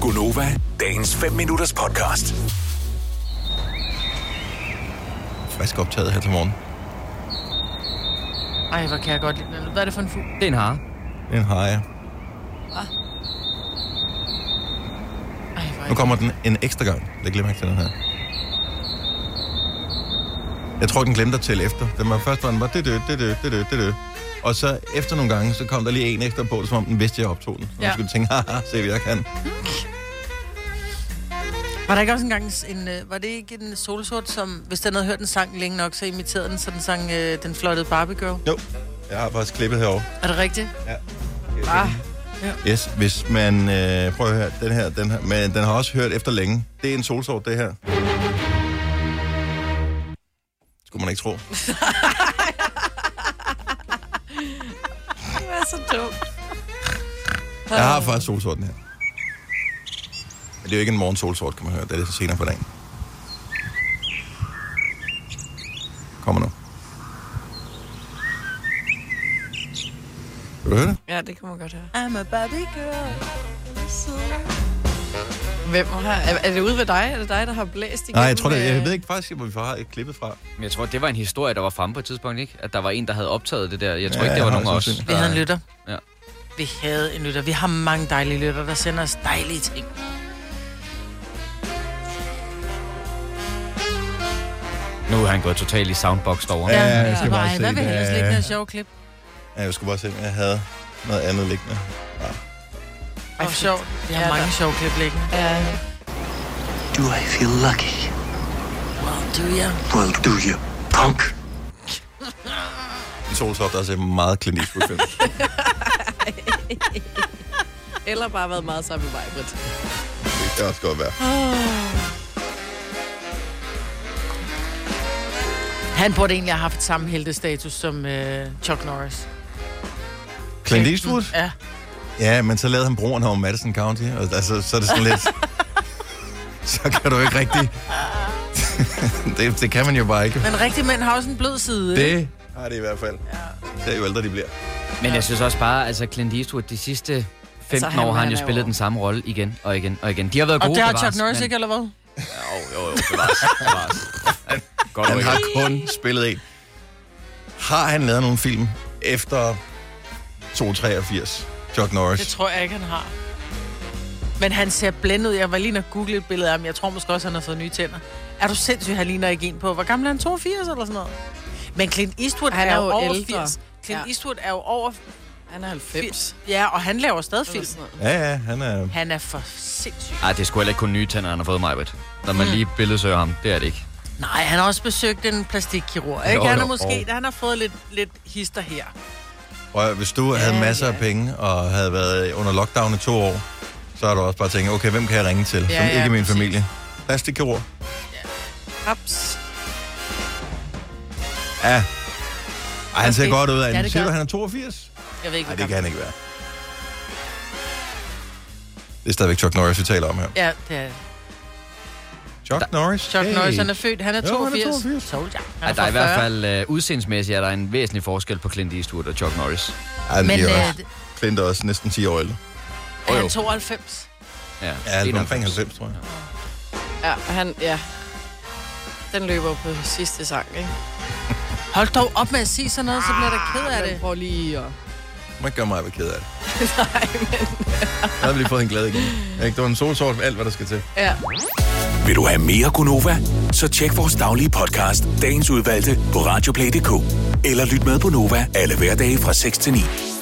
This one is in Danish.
Gunova, dagens 5 minutters podcast. frisk optaget her til morgen. Ej, hvor kan jeg godt lide den. Hvad er det for en fugl? Det er en hare. Den har jeg. Ej, hvor er Nu det... kommer den en ekstra gang. Det glemmer jeg ikke den her. Jeg tror, den glemte at tælle efter. Den var først var den bare, det dø, det dø, det dø, det dø. Og så efter nogle gange, så kom der lige en ekstra på, som om den vidste, at jeg optog den. Så ja. Ja. skulle du tænke, haha, se hvad jeg kan. Var der ikke også engang en... øh, Var det ikke en solsort, som... Hvis den havde hørt en sang længe nok, så imiterede den, så den sang øh, den flottede Barbie Girl? Jo, jeg har faktisk klippet herovre. Er det rigtigt? Ja. Ah, Yes, hvis man... Øh, prøv at høre, den her, den her, men den har også hørt efter længe. Det er en solsort, det her. Skulle man ikke tro. du er så dum. Jeg har faktisk solsorten her. Men det er jo ikke en morgensolsort, kan man høre. Det er lidt senere på dagen. Kommer nu. Kan du høre det? Ja, det kan man godt høre. I'm a Barbie Girl. Hvem har... Er, er det ude ved dig? Er det dig, der har blæst igennem? Nej, jeg tror det. Jeg øh, ved ikke faktisk, hvor vi har klippet fra. Men jeg tror, det var en historie, der var fremme på et tidspunkt, ikke? At der var en, der havde optaget det der. Jeg tror Ja, ja, ikke, det var ja, nogen af os. sandsynligt. Vi havde en lytter. Ja. Vi havde en lytter. Vi har mange dejlige lytter, der sender os dejlige ting. Nu er han gået totalt i soundbox derovre. Ja, Ja. jeg skal så bare bare, se hvad vil det. helst lægge noget sjovt klip? Ja, jeg skulle bare se, om jeg havde noget andet liggende. Ej, hvor sjovt. Vi har Ja, mange da. sjove klip liggende. Ja, Do I feel lucky? Well, do you? Well, do you, punk? En solsort, der er så meget Clint Eastwood film. eller bare været meget sammen med mig, Britt. Det kan også godt være. Han burde egentlig have haft samme heltestatus som øh, Chuck Norris. Clint Eastwood? Ja. Ja, men så lavede han broen over Madison County, og altså, så er det sådan lidt... så kan du ikke rigtig... det, det kan man jo bare ikke. Men rigtige mænd har også en blød side. ikke? Det har det i hvert fald. Ja. Det er jo ældre, de bliver. Men jeg synes også bare, altså Clint Eastwood, de sidste 15 Altså, han- år har han han jo er jo- spillet den samme rolle igen og igen og igen. De har været Og gode det har bevares, Chuck Norris men- ikke, eller hvad? Jo, jo, jo, bevares, bevares. Godt Han rykker. har kun spillet en. Har han lavet nogle film efter 283? Chuck Det Norris. tror jeg ikke, han har. Men han ser blændet ud. Jeg var lige nødt google et billede af ham. Jeg tror måske også, han har fået nye tænder. Er du sindssyg, han ligner ikke en på? Hvor gammel er han? 82 eller sådan noget? Men Clint Eastwood Han er, er jo jo over ældre. 80. Clint Ja. Eastwood er jo over Han er 80. 90. Ja, og han laver stadig Eller film. sådan noget. Ja, ja, han er... Han er for sindssyg. Ej, det er sgu heller ikke kun nye tænder, han har fået mig, Når man lige billedsøger ham, det er det ikke. Nej, han har også besøgt en plastikkirurg. Ikke? Jo, han, er jo, måske, jo. han har fået lidt, lidt hister her. Og hvis du havde Ja, masser af ja. penge og havde været under lockdown i to år, så har du også bare tænkt, okay, hvem kan jeg ringe til, ja, som ja, ikke er min præcis. familie? Plastikkirurg. Haps. Ja. Ej, han ser Okay. godt ud. Ja, Ja, det Siger gør du, han er 82? Jeg ved ikke, Nej, hvor det kan gammel. han ikke være. Det er stadigvæk Chuck Norris, vi taler om her. Ja, det er Chuck Norris? Chuck Hey. Norris. Han er født. Han er Jo, han er 82. 82. Soldier. Han Ej, der fra er i hvert 40. fald øh, udseendemæssigt, er der en væsentlig forskel på Clint Eastwood og Chuck Norris. Ej, men, Men de er øh, også, Clint er også næsten 10 år ældre. er Jo, jo. han 92? Ja, Ja, han er 91. omkring 90, tror jeg. Ja, han... Ja. Den løber på sidste sang, ikke? Hold dog op med at sige sådan noget, så bliver jeg da ked af Ah, Men det. Prøv lige at... Man gør mig ked af det. Nej, men... jeg havde lige fået en glad igen. Ikke? Det var en solsort med alt, hvad der skal til. Ja. Vil du have mere Gunova? Så tjek vores daglige podcast, dagens udvalgte, på radioplay.dk. Eller lyt med på Nova alle hverdage fra 6 til 9.